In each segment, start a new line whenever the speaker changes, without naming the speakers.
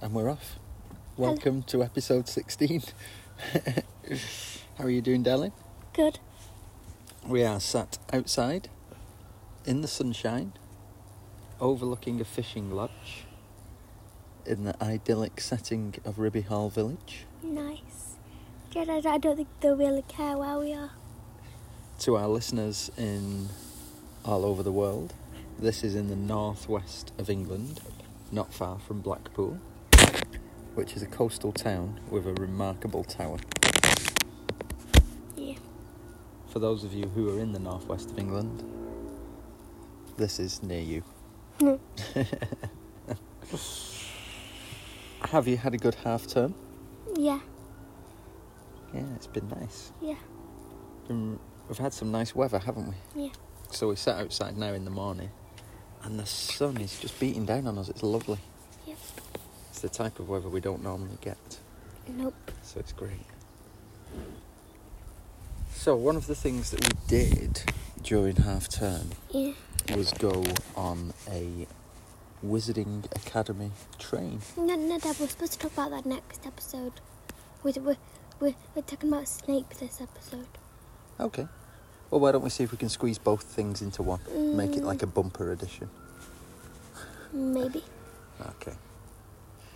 And we're off. Welcome to episode 16. How are you doing, darling?
Good.
We are sat outside in the sunshine, overlooking a fishing lodge in the idyllic setting of Ribby Hall Village.
Nice. Good. I, I don't think they'll really care where we are.
To our listeners in all over the world, this is in the northwest of England, not far from Blackpool, which is a coastal town with a remarkable tower.
Yeah.
For those of you who are in the northwest of England, this is near you. Have you had a good half term?
Yeah.
Yeah, it's been nice.
Yeah.
Been- we've had some nice weather, haven't we?
Yeah.
So we sat outside now in the morning, and the sun is just beating down on us. It's lovely.
Yep.
It's the type of weather we don't normally get,
Nope.
so it's great. So one of the things that we did during half term
Yeah.
was go on a Wizarding Academy train.
No, no, Dad. We're supposed to talk about that next episode. We we we we're talking about Snape this episode.
Okay. Well, why don't we see if we can squeeze both things into one? Make it
Mm.
like a bumper edition.
Maybe.
Okay.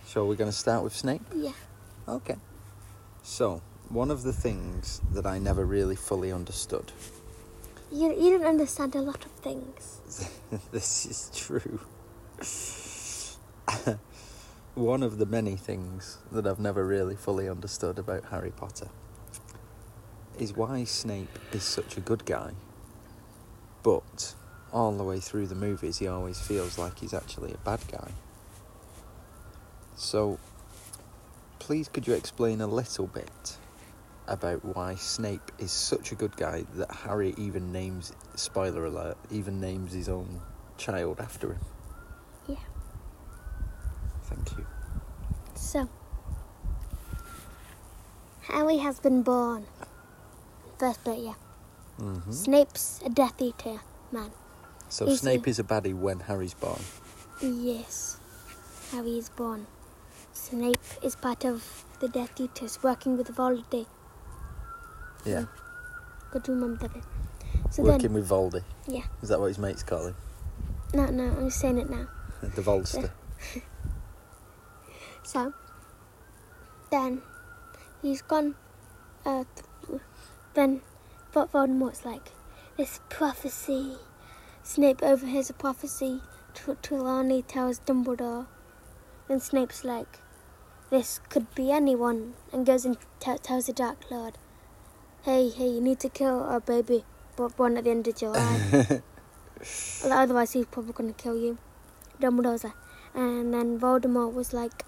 So we're going to start with Snape.
Yeah.
Okay. So, one of the things that I never really fully understood.
You you don't understand a lot of things.
this is true. one of the many things that I've never really fully understood about Harry Potter is why Snape is such a good guy, but all the way through the movies he always feels like he's actually a bad guy. So, please could you explain a little bit about why Snape is such a good guy that Harry even names spoiler alert even names his own child after him.
Yeah.
Thank you.
So. Harry has been born. First bit, yeah.
hmm
Snape's a Death Eater man.
So
Is
Snape
he-
is a baddie when Harry's born.
Yes, Harry is born. Snape is part of the Death Eaters working with Voldy.
Yeah.
Good to remember that bit. So
Working with Voldy.
Yeah.
Is that what his mates call him?
then, no, no, I'm saying it now.
The Volster.
So, then he's gone. Uh, th- then Vo- Voldemort's like, this prophecy. Snape overhears a prophecy. T- Trelawney tells Dumbledore. Then Snape's like, this could be anyone, and goes and t- tells the Dark Lord, hey, hey, you need to kill our baby bo- born at the end of July. Well, Otherwise, he's probably going to kill you. Dumbledore's like, and then Voldemort was like,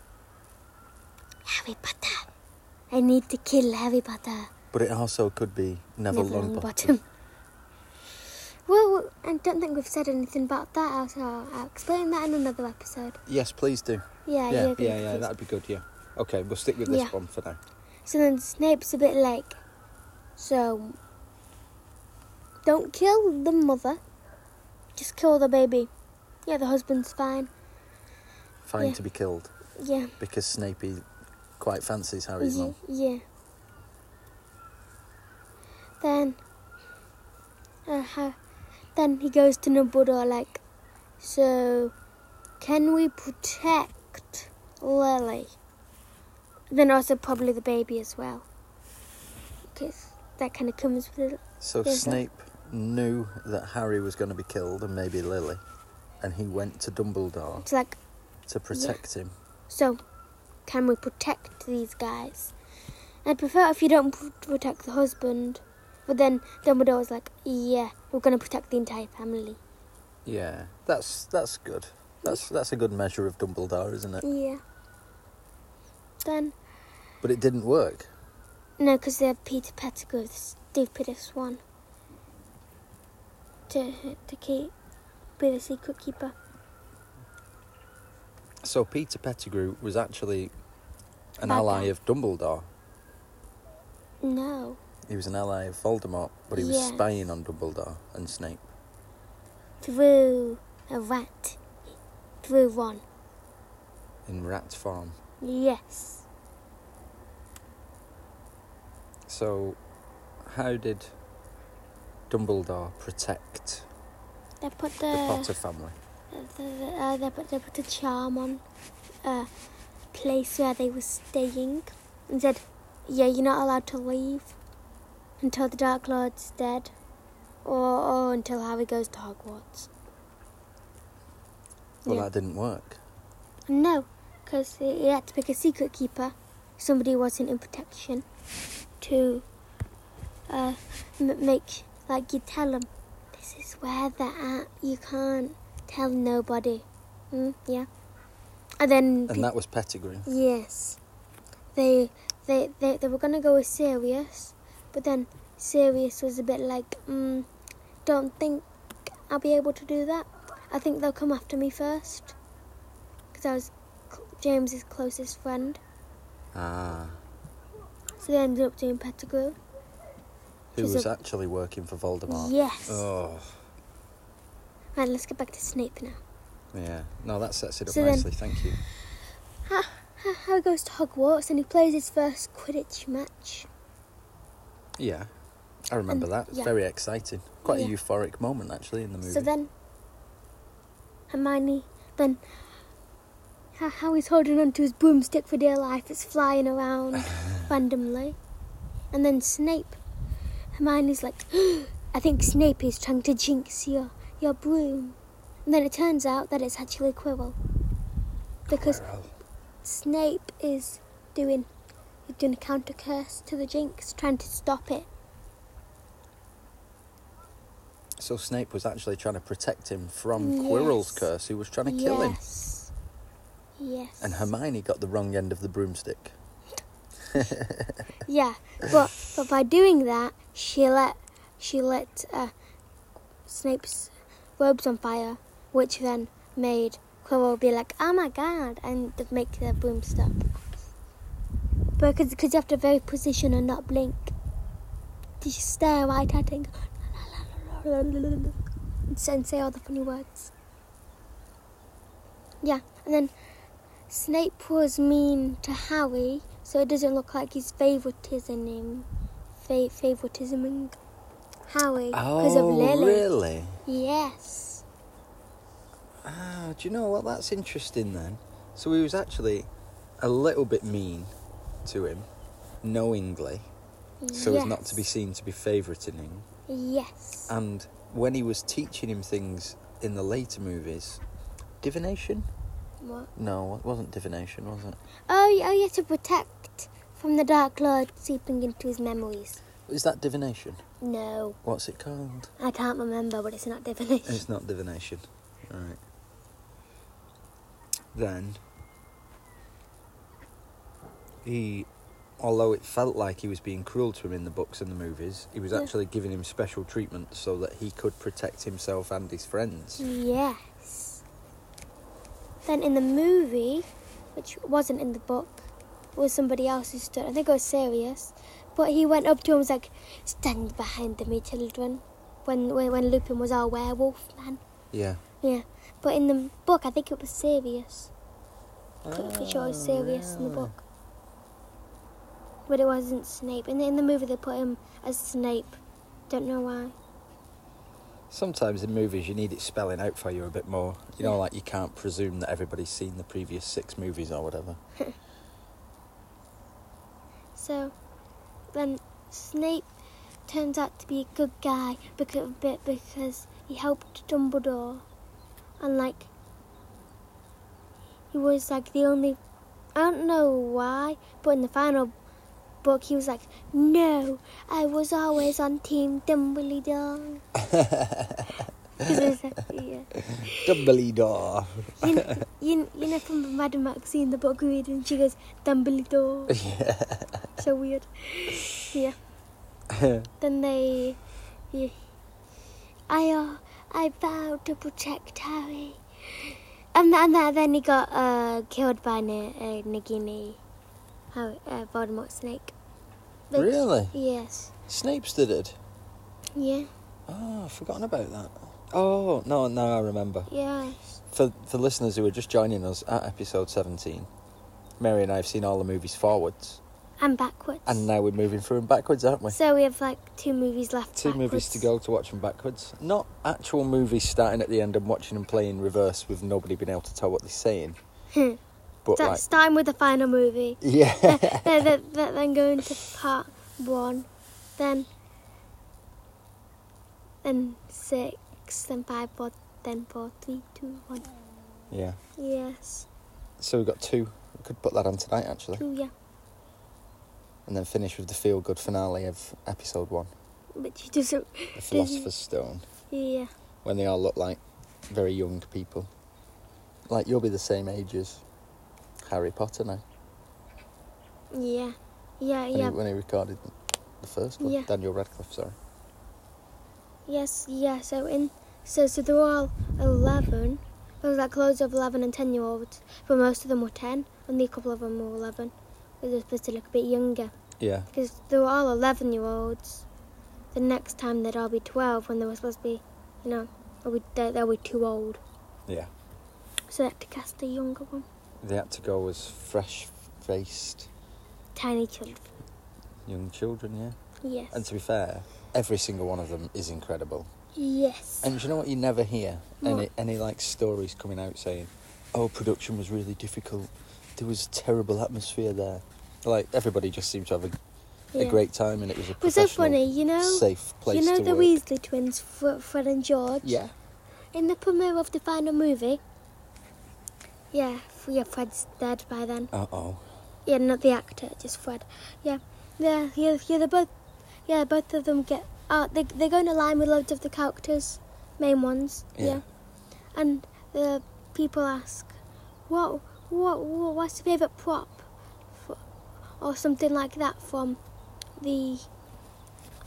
Harry Potter. I need to kill Harry Potter.
But it also could be Neville, Longbottom.
well, I don't think we've said anything about that. I'll, so I'll explain that in another episode.
Yes, please do. yeah,
Yeah, you're
yeah, yeah,
gonna confuse-
that'd be good, yeah. Okay, we'll stick with this
Yeah.
one for now.
So then Snape's a bit like, so don't kill the mother, just kill the baby. Yeah, the husband's fine.
Fine
Yeah.
to be killed
Yeah,
because Snape is- quite fancies Harry's
Ye-
mum.
yeah. Then, uh, ha- then he goes to Dumbledore like, so can we protect Lily? Then also probably the baby as well, because that kind of comes with it.
So
There's a-
Snape knew that Harry was going to be killed and maybe Lily, and he went to Dumbledore
It's like,
to protect him.
so can we protect these guys? I'd prefer if you don't pr- protect the husband, but then Dumbledore was like, yeah, we're gonna protect the entire family.
Yeah, that's that's good. That's that's a good measure of Dumbledore, isn't it?
Yeah. Then,
But it didn't work.
no, because they're Peter Pettigrew, the stupidest one. To, to keep, be the secret keeper.
So Peter Pettigrew was actually an
Bad
ally
guy.
of Dumbledore.
No,
He was an ally of Voldemort, but he was
Yeah.
spying on Dumbledore and Snape.
through a rat. Through one.
in rat form.
Yes.
So, how did Dumbledore protect
They put
the
the,
Potter family?
the, the uh, they put they put a charm on a place where they were staying, and said, "Yeah, you're not allowed to leave until the Dark Lord's dead, or, or until Harry goes to Hogwarts."
Well,
Yeah.
that didn't work.
No, because he had to pick a secret keeper. Somebody who wasn't in protection to uh, m- make, like, you tell them, this is where they're at. You can't tell nobody. Mm, yeah. And then.
And that was Pettigrew.
Yes. They they they, they were gonna go with Sirius, but then Sirius was a bit like, mm, don't think I'll be able to do that. I think they'll come after me first, because I was cl- James's closest friend.
Ah,
So they ended up doing Pettigrew.
who
She's
was
a-
actually working for Voldemort.
Yes.
Oh,
Right, let's get back to Snape now.
yeah. No, that sets it up
So then-
nicely. Thank you.
Ha- Harry goes to Hogwarts and he plays his first Quidditch match.
Yeah, I remember
And-
that. It's
Um, yeah.
Very exciting. Quite
Yeah.
a euphoric moment actually in the movie.
So then, Hermione, then how, how he's holding onto his broomstick for dear life, it's flying around randomly. And then Snape, Hermione's like, I think Snape is trying to jinx your, your broom. And then it turns out that it's actually Quirrell. Because
Quirrell.
Snape is doing he's doing a counter curse to the jinx, trying to stop it.
So Snape was actually trying to protect him from
Yes.
Quirrell's curse, who was trying to kill him.
yes. Yes.
And Hermione got the wrong end of the broomstick.
Yeah, but but by doing that, she let she lit uh, Snape's robes on fire, which then made Quirrell be like, "Oh my god!" and th- make the broom stop. Because because you have to very position and not blink. Did you stare right at it? And say all the funny words. Yeah, and then Snape was mean to Harry, so it doesn't look like he's favoritising him. Fa- favoritisming Harry because of Lily.
Oh, really?
Yes.
Ah, do you know what? That's interesting then. So he was actually a little bit mean to him, knowingly, so as not to be
Yes.
seen to be favouriting him.
Yes.
And when he was teaching him things in the later movies, divination?
What?
No, it wasn't divination, was it?
Oh, y- oh, you have to protect from the Dark Lord seeping into his memories.
Is that divination?
No,
What's it called?
I can't remember, but it's not divination.
It's not divination. Right. Then he although it felt like he was being cruel to him in the books and the movies, he was
Yeah.
actually giving him special treatment so that he could protect himself and his
Mm.
friends.
Yes. Then in the movie, which wasn't in the book, it was somebody else who stood. I think it was Sirius, but he went up to him and was like, "Stand behind me, children." When when, when Lupin was our werewolf man.
Yeah.
Yeah, but in the book, I think it was Sirius. Pretty sure it was Sirius in the
Ah.
book. But it wasn't Snape. In the, in the movie, they put him as Snape. Don't know why.
Sometimes in movies you need it spelling out for you a bit more. You know,
Yeah.
like you can't presume that everybody's seen the previous six movies or whatever.
So then Snape turns out to be a good guy because bit because he helped Dumbledore and like he was like the only I don't know why, but in the final book he was like, No, I was always on team Dumbledore. Because it was like, yeah.
Dumbledore.
you, know, you, you know from Madame Maxine, the book we read, and she goes, Dumbledore. So weird. Yeah. then they. Yeah. I uh, I vowed to protect Harry. And, th- and th- then he got uh, killed by Ni- uh, Nagini, Harry, uh, Voldemort snake. But-
Really?
Yes.
Snape's did it.
Yeah.
Oh, I've forgotten about that. Oh, no, no, I remember.
Yes.
For for listeners who are just joining us at episode 17, Mary and I have seen all the movies forwards,
and backwards.
and now we're moving through them backwards, aren't we?
so we have like two movies left.
Two movies to go to watch them backwards. Not actual movies starting at the end and watching them play in reverse with nobody being able to tell what they're saying.
go.
But
That's time with the final movie.
like, yeah,
then, then, then then go into part one, then then six, then five, four, then four, three, two, one.
yeah.
Yes,
So we've got two. We could put that on tonight actually,
two, yeah.
and then finish with the feel good finale of episode one,
But you doesn't.
the Philosopher's Stone,
Yeah,
when they all look like very young people. Like you'll be the same age as Harry Potter now.
yeah, yeah,
When,
yeah.
he, when he recorded the first one,
Yeah.
Daniel Radcliffe. Sorry.
Yes, yeah. So in so so they're all eleven. There was like loads of eleven and ten year olds, but most of them were ten. Only a couple of them were eleven. They were supposed to look a bit younger
Yeah.
because they were all eleven year olds. The next time they'd all be twelve when they were supposed to be, you know, they'll be, they they'll be too old.
Yeah.
So they had to cast a younger one.
They had to go as fresh faced
Tiny children.
young children. Yeah.
Yes.
And to be fair, every single one of them is incredible.
yes.
And do you know what you never hear? Any
What?
any like stories coming out saying, Oh production was really difficult. There was a terrible atmosphere there. Like everybody just seemed to have a, a
Yeah.
great time and it was a
It was so
professional,
funny, you know.
safe place
you know
to
the
work.
Weasley twins, Fre- Fred and George.
Yeah.
In the premiere of the final movie, yeah, f- yeah, Fred's dead by then.
Uh oh.
Yeah, not the actor, just Fred. Yeah, yeah, yeah, yeah. They both, yeah, both of them get. Uh, they they go in a line with loads of the characters, main ones.
Yeah.
Yeah. And the people ask, what, what, what what's your favorite prop, for, or something like that from the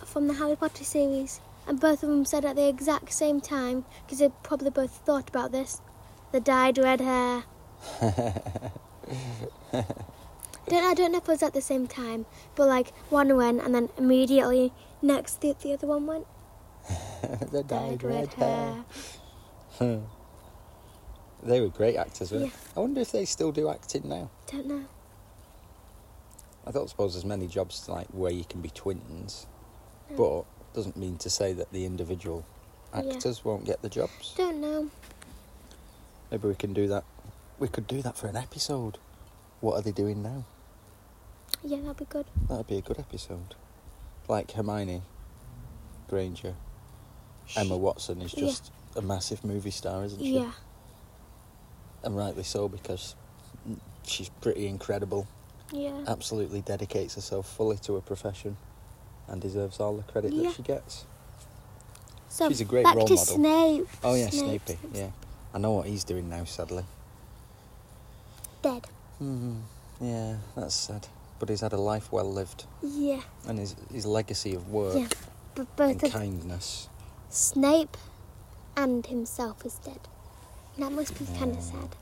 from the Harry Potter series. And both of them said at the exact same time because they probably both thought about this. The dyed red hair. Don't, I don't know if it was at the same time, but like one went and then immediately next the, the other one went.
they dyed red hair. They were great actors, weren't
Yeah.
they? I wonder if they still do acting now.
Don't know.
I don't suppose there's many jobs like where you can be twins,
No.
but doesn't mean to say that the individual
Yeah.
actors won't get the jobs.
Don't know.
Maybe we can do that. We could do that for an episode. What are they doing now?
Yeah, that'd be good.
That'd be a good episode. Like Hermione Granger, Emma Watson is
Yeah.
just a massive movie star, isn't she?
Yeah,
And rightly so because she's pretty incredible.
yeah,
Absolutely dedicates herself fully to her profession and deserves all the credit
Yeah.
that she gets.
So
she's a great
back
role
to
model.
Snape.
Oh yeah,
Snape,
Snapey.
Snape,
Yeah, I know what he's doing now. Sadly.
Dead.
hmm Yeah, that's sad. But he's had a life well lived,
Yeah,
and his his legacy of work
yeah. Oh, But both
and
of
kindness.
Snape and himself is dead. That must be kind of sad.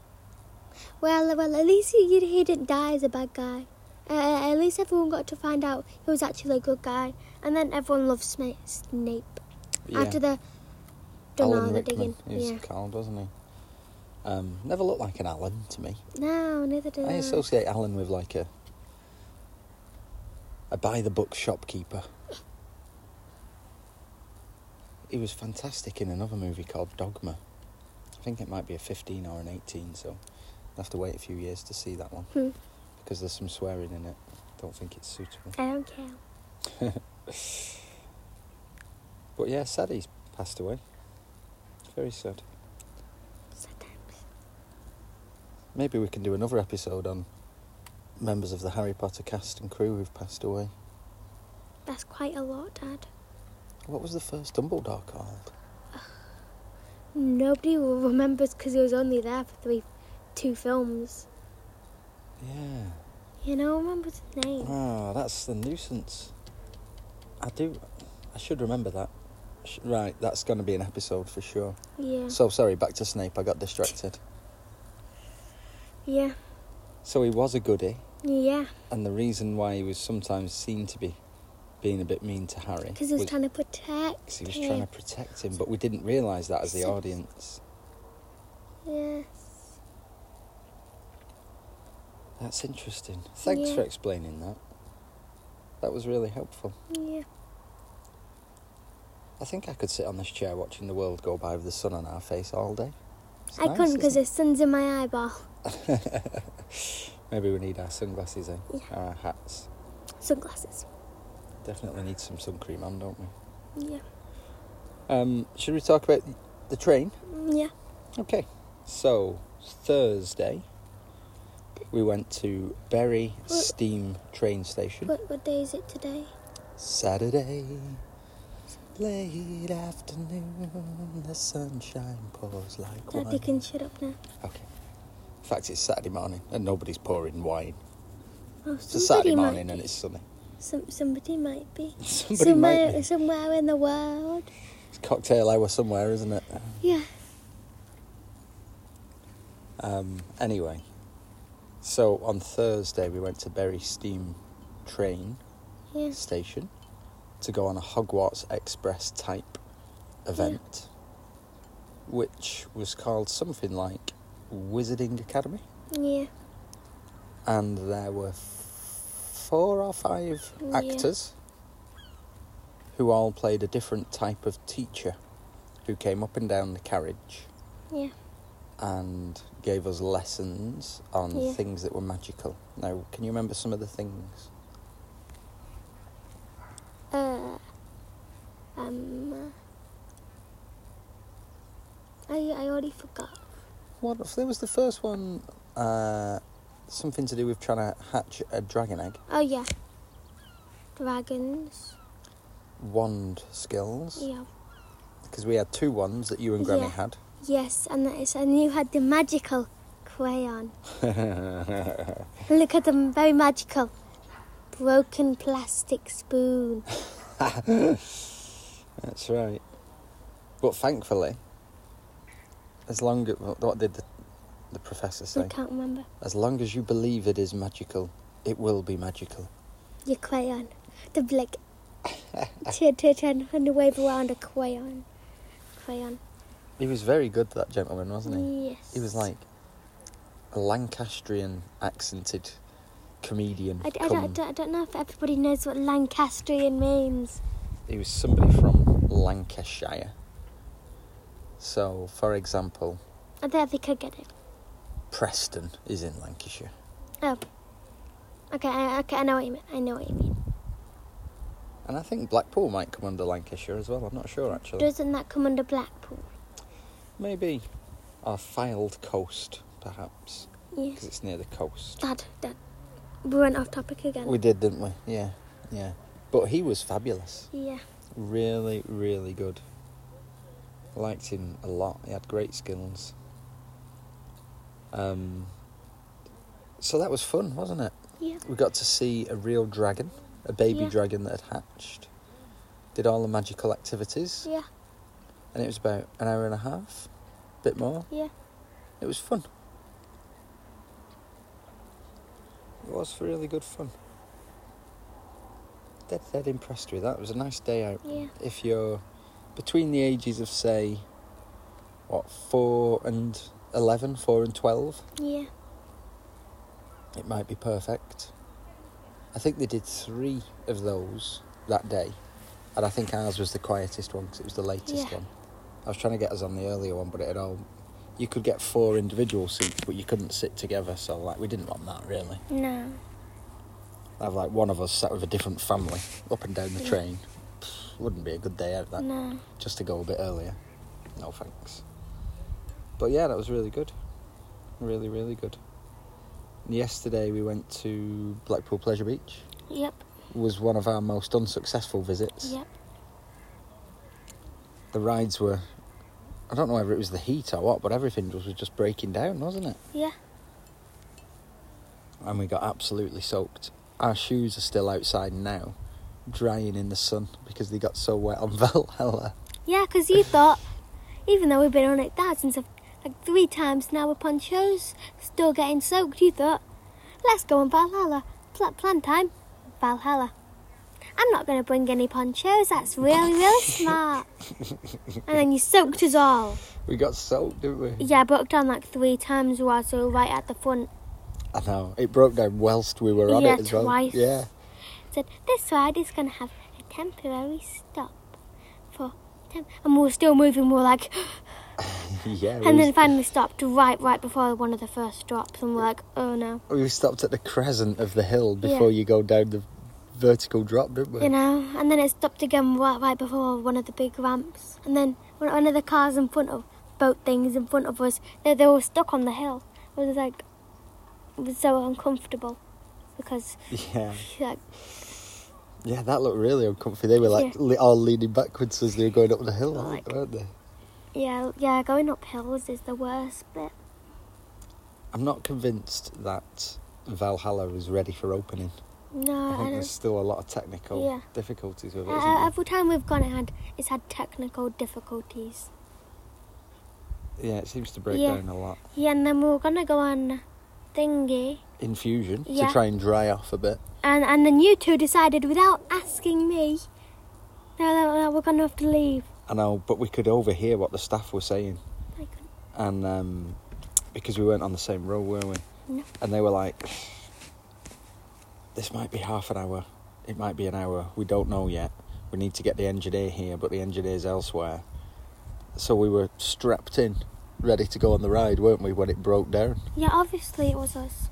Well, well, at least he, he didn't die as a bad guy. Uh, at least everyone got to find out he was actually a good guy, and then everyone loves Sna- Snape. After the done all
Alan
the
Rickman,
digging,
he was
yeah.
called, wasn't he? Um, never looked like an Alan to me.
No, neither did
I
I.
associate Alan with like a a by the book shopkeeper. He was fantastic in another movie called Dogma. I think it might be a 15 or an 18, so I'll have to wait a few years to see that one
Hmm.
because there's some swearing in it. Don't think it's suitable.
I don't care.
But yeah, sad he's passed away. Very sad.
Sometimes.
Maybe we can do another episode on members of the Harry Potter cast and crew who've passed away.
That's quite a lot, Dad.
What was the first Dumbledore called?
Nobody will remembers because he was only there for three, two films.
Yeah.
You know, remember his name.
Ah, that's the nuisance. I do. I should remember that. Sh- Right, that's going to be an episode for sure.
Yeah.
So sorry, back to Snape. I got distracted.
Yeah.
So he was a goodie,
Yeah.
and the reason why he was sometimes seen to be being a bit mean to Harry
Because he was
was
trying to protect.
'cause he was trying to protect him, but we didn't realise that as the
So-
audience.
Yeah.
That's interesting. Thanks
Yeah.
for explaining that. That was really helpful.
Yeah.
I think I could sit on this chair watching the world go by with the sun on our face all day. It's
I
nice,
couldn't because
isn't
the sun's in my eyeball.
it? Maybe we need our sunglasses, eh?
Yeah.
Or our hats.
Sunglasses.
Definitely need some sun cream on, don't we?
Yeah.
Um, should we talk about the train?
Yeah.
Okay. So Thursday, we went to Bury
What-
Steam train station.
What, what day is it today?
Saturday, late afternoon, the sunshine pours like
Daddy
wine.
can shut up now.
Okay. In fact, it's Saturday morning and nobody's pouring wine.
Oh,
It's a Saturday
somebody might
morning
be-
and it's sunny.
Some, somebody might be.
Somebody
somewhere,
might be.
somewhere in the world.
It's cocktail hour somewhere, isn't it?
Yeah.
Um, anyway, so on Thursday we went to Bury Steam train
Yeah.
station to go on a Hogwarts Express type event, which was called something like Wizarding Academy,
Yeah.
and there were f- four or five
Yeah.
actors who all played a different type of teacher who came up and down the carriage
Yeah.
and gave us lessons on
Yeah.
things that were magical. Now, can you remember some of the things?
Uh, um, I, I already forgot.
What if there was the first one? Uh, something to do with trying to hatch a dragon egg.
Oh, yeah. Dragons.
Wand skills
Yeah.
because we had two wands that you and Granny
Yeah.
had.
Yes, and that is, and you had the magical crayon.
I
And look at the very magical broken plastic spoon.
That's right. But thankfully, as long as what what did the, the professor
I
say?
can't remember.
As long as you believe it is magical, it will be magical.
Your crayon. The like turn, turn, turn, and wave around a crayon. Crayon.
He was very good, that gentleman, wasn't he?
Yes.
He was like a Lancastrian accented comedian.
I, I,
come-
don't, I, don't, I don't know if everybody knows what Lancastrian means.
he was somebody from Lancashire. So, for example,
I don't think I get it.
Preston is in Lancashire.
Oh. Okay, I, okay, I know what you mean. I know what you mean.
And I think Blackpool might come under Lancashire as well. I'm not sure actually.
Doesn't that come under Blackpool?
Maybe. Or Filed Coast, perhaps, because
Yes.
it's near the coast.
Dad, Dad. We went off topic again.
We did, didn't we? Yeah, yeah. But he was fabulous.
Yeah.
Really, really good. Liked him a lot. He had great skills. Um, so that was fun, wasn't it?
Yeah.
We got to see a real dragon, a baby
Yeah.
dragon that had hatched. Did all the magical activities,
Yeah.
and it was about an hour and a half, bit more.
Yeah.
It was fun. It was really good fun. Dead, dead impressed with that. It was a nice day out.
Yeah.
If you're between the ages of, say, what, 4 and 11, 4 and 12,
Yeah.
it might be perfect. I think they did three of those that day, and I think ours was the quietest one because it was the latest
Yeah.
one. I was trying to get us on the earlier one, but it had all. You could get four individual seats, but you couldn't sit together, so like we didn't want that really.
No.
Have like one of us sat with a different family up and down the
Yeah.
train. Pfft, Wouldn't be a good day out that
No.
just to go a bit earlier. No thanks. But yeah, that was really good. Really, really good. And yesterday we went to Blackpool Pleasure Beach.
Yep.
Was one of our most unsuccessful visits.
Yep.
The rides were I don't know whether it was the heat or what, but everything was was just breaking down, wasn't it?
Yeah.
And we got absolutely soaked. Our shoes are still outside now, drying in the sun because they got so wet on Valhalla.
Yeah, 'cause you thought, even though we've been on it thousands of, like three times now upon shows, still getting soaked, you thought, let's go on Valhalla. Pl- plan time, Valhalla. I'm not going to bring any ponchos, that's really, really smart. and then you soaked us all.
We got soaked, didn't we?
Yeah, I booked on like three times while so right at the front.
I know. It broke down whilst we were on
Yeah,
it as well.
twice.
Yeah.
said this ride is going to have a temporary stop for tem-. and we were still moving we were like
yeah. we
and then
was-
finally stopped right right before one of the first drops and we're like oh no
we stopped at the crescent of the hill
Yeah.
before you go down the vertical drop, didn't we?
you know and then it stopped again right, right before one of the big ramps and then one one of the cars in front of boat things in front of us they, they were stuck on the hill it was like it was so uncomfortable because
Yeah.
like
Yeah, that looked really uncomfy. They were like
Yeah.
le- all leaning backwards as they were going up the hill, I think,
Like-
weren't they?
yeah yeah going up hills is the worst bit
I'm not convinced that Valhalla is ready for opening.
no
I think
Uh, don't-
there's still a lot of technical
Yeah.
difficulties with it. isn't
Uh,
there?
every time we've gone, it had it's had technical difficulties.
yeah, it seems to break
yeah.
down a lot.
Yeah, and then we were gonna go on thingy,
Infusion
Yeah.
to try and dry off a bit.
and and then you two decided without asking me, no, no, no, we're gonna have to leave.
I know, but we could overhear what the staff were saying,
I couldn't-
and um, because we weren't on the same row, were we?
No.
And they were like, "This might be half an hour. It might be an hour. We don't know yet. We need to get the engineer here, but the engineer's elsewhere." So we were strapped in, ready to go on the ride, weren't we? When it broke down,
Yeah, obviously it was us.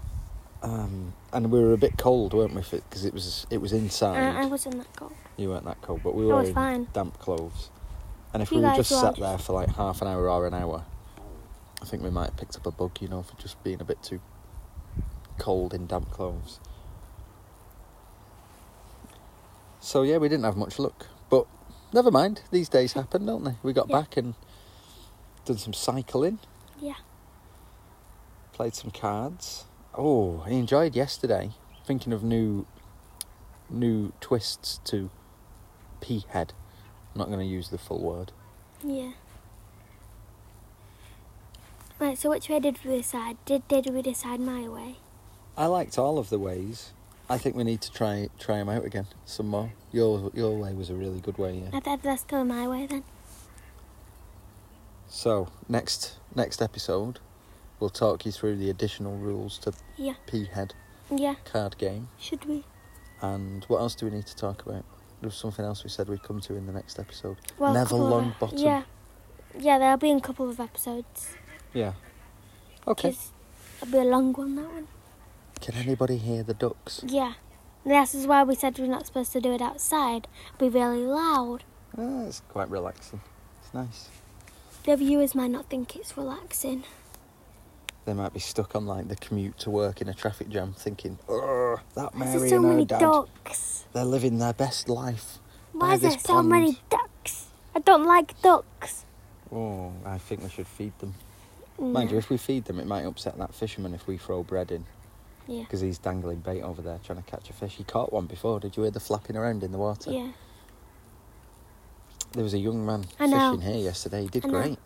um, and we were a bit cold, weren't we? Because it was it was
Uh,
inside.
I wasn't that cold.
You weren't that cold, but we
I
were
was
in
fine.
damp clothes. And if
You
we were
guys
just
were.
sat there for like half an hour or an hour, I think we might have picked up a bug, you know, for just being a bit too cold in damp clothes. So yeah, we didn't have much luck, but never mind. These days happen, don't they? We got
Yeah.
back and done some cycling,
Yeah,
played some cards. Oh, I enjoyed yesterday. Thinking of new, new twists to pea head. I'm not going to use the full word.
yeah. Right, so which way did we decide? Did did we decide my way?
I liked all of the ways. I think we need to try try them out again some more. Your your way was a really good way. Yeah.
I bet that's still my way then.
So next next episode, we'll talk you through the additional rules to
Yeah,
pea head
yeah.
card game.
Should we?
And what else do we need to talk about? There was something else we said we'd come to in the next episode.
a
Neville
couple of- e-
Longbottom.
Yeah, yeah. There'll be a couple of episodes.
Yeah. Okay.
'Cause It'll be a long one, that one.
Can anybody hear the ducks?
Yeah. This is why we said we're not supposed to do it outside. It'll be really loud. Mm.
Ah, it's quite relaxing. It's nice.
The viewers might not think it's relaxing.
They might be stuck on like the commute to work in a traffic jam, thinking, "Ugh, that Mary
There's so
and her
many
dad,
ducks.
they're living their best life."
Why
by
is there
this
so many
pond."
ducks? I don't like ducks.
Oh, I think we should feed them. Mind
No.
you, if we feed them, it might upset that fisherman if we throw bread in
Yeah.
because he's dangling bait over there trying to catch a fish. He caught one before. Did you hear the flapping around in the water?
Yeah.
There was a young man
I know.
fishing here yesterday. He did
I know.
great.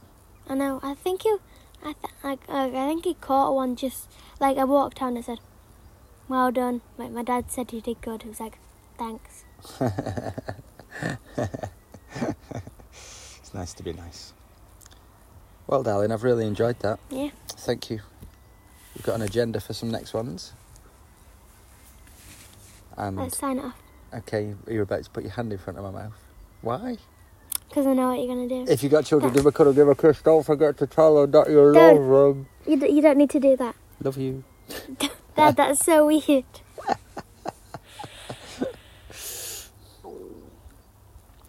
I know. I think he, I, th- I, I, I think he caught one just like I walked down and said, "Well done." My, my dad said he did good. He was like, "Thanks."
It's nice to be nice. Well, darling, I've really enjoyed that.
Yeah.
Thank you. We've got an agenda for some next ones. And
Let's sign it off
okay, you're about to put your hand in front of my mouth. Why?
because I know what you're gonna do.
If you got children, give a cuddle, give a kiss. Don't forget to tell them that you
Dad.
love them.
You, d- you don't need to do that.
Love you.
That that's so weird.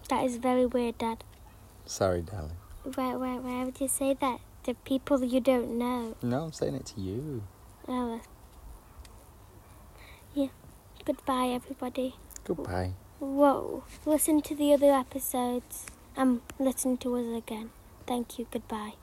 that is very weird, Dad.
Sorry, darling.
Where where where would you say that to people you don't know?
No, I'm saying it to you.
Oh, that's- yeah. Goodbye, everybody.
Goodbye.
Whoa! Listen to the other episodes. Um, listen to us again. Thank you. Goodbye.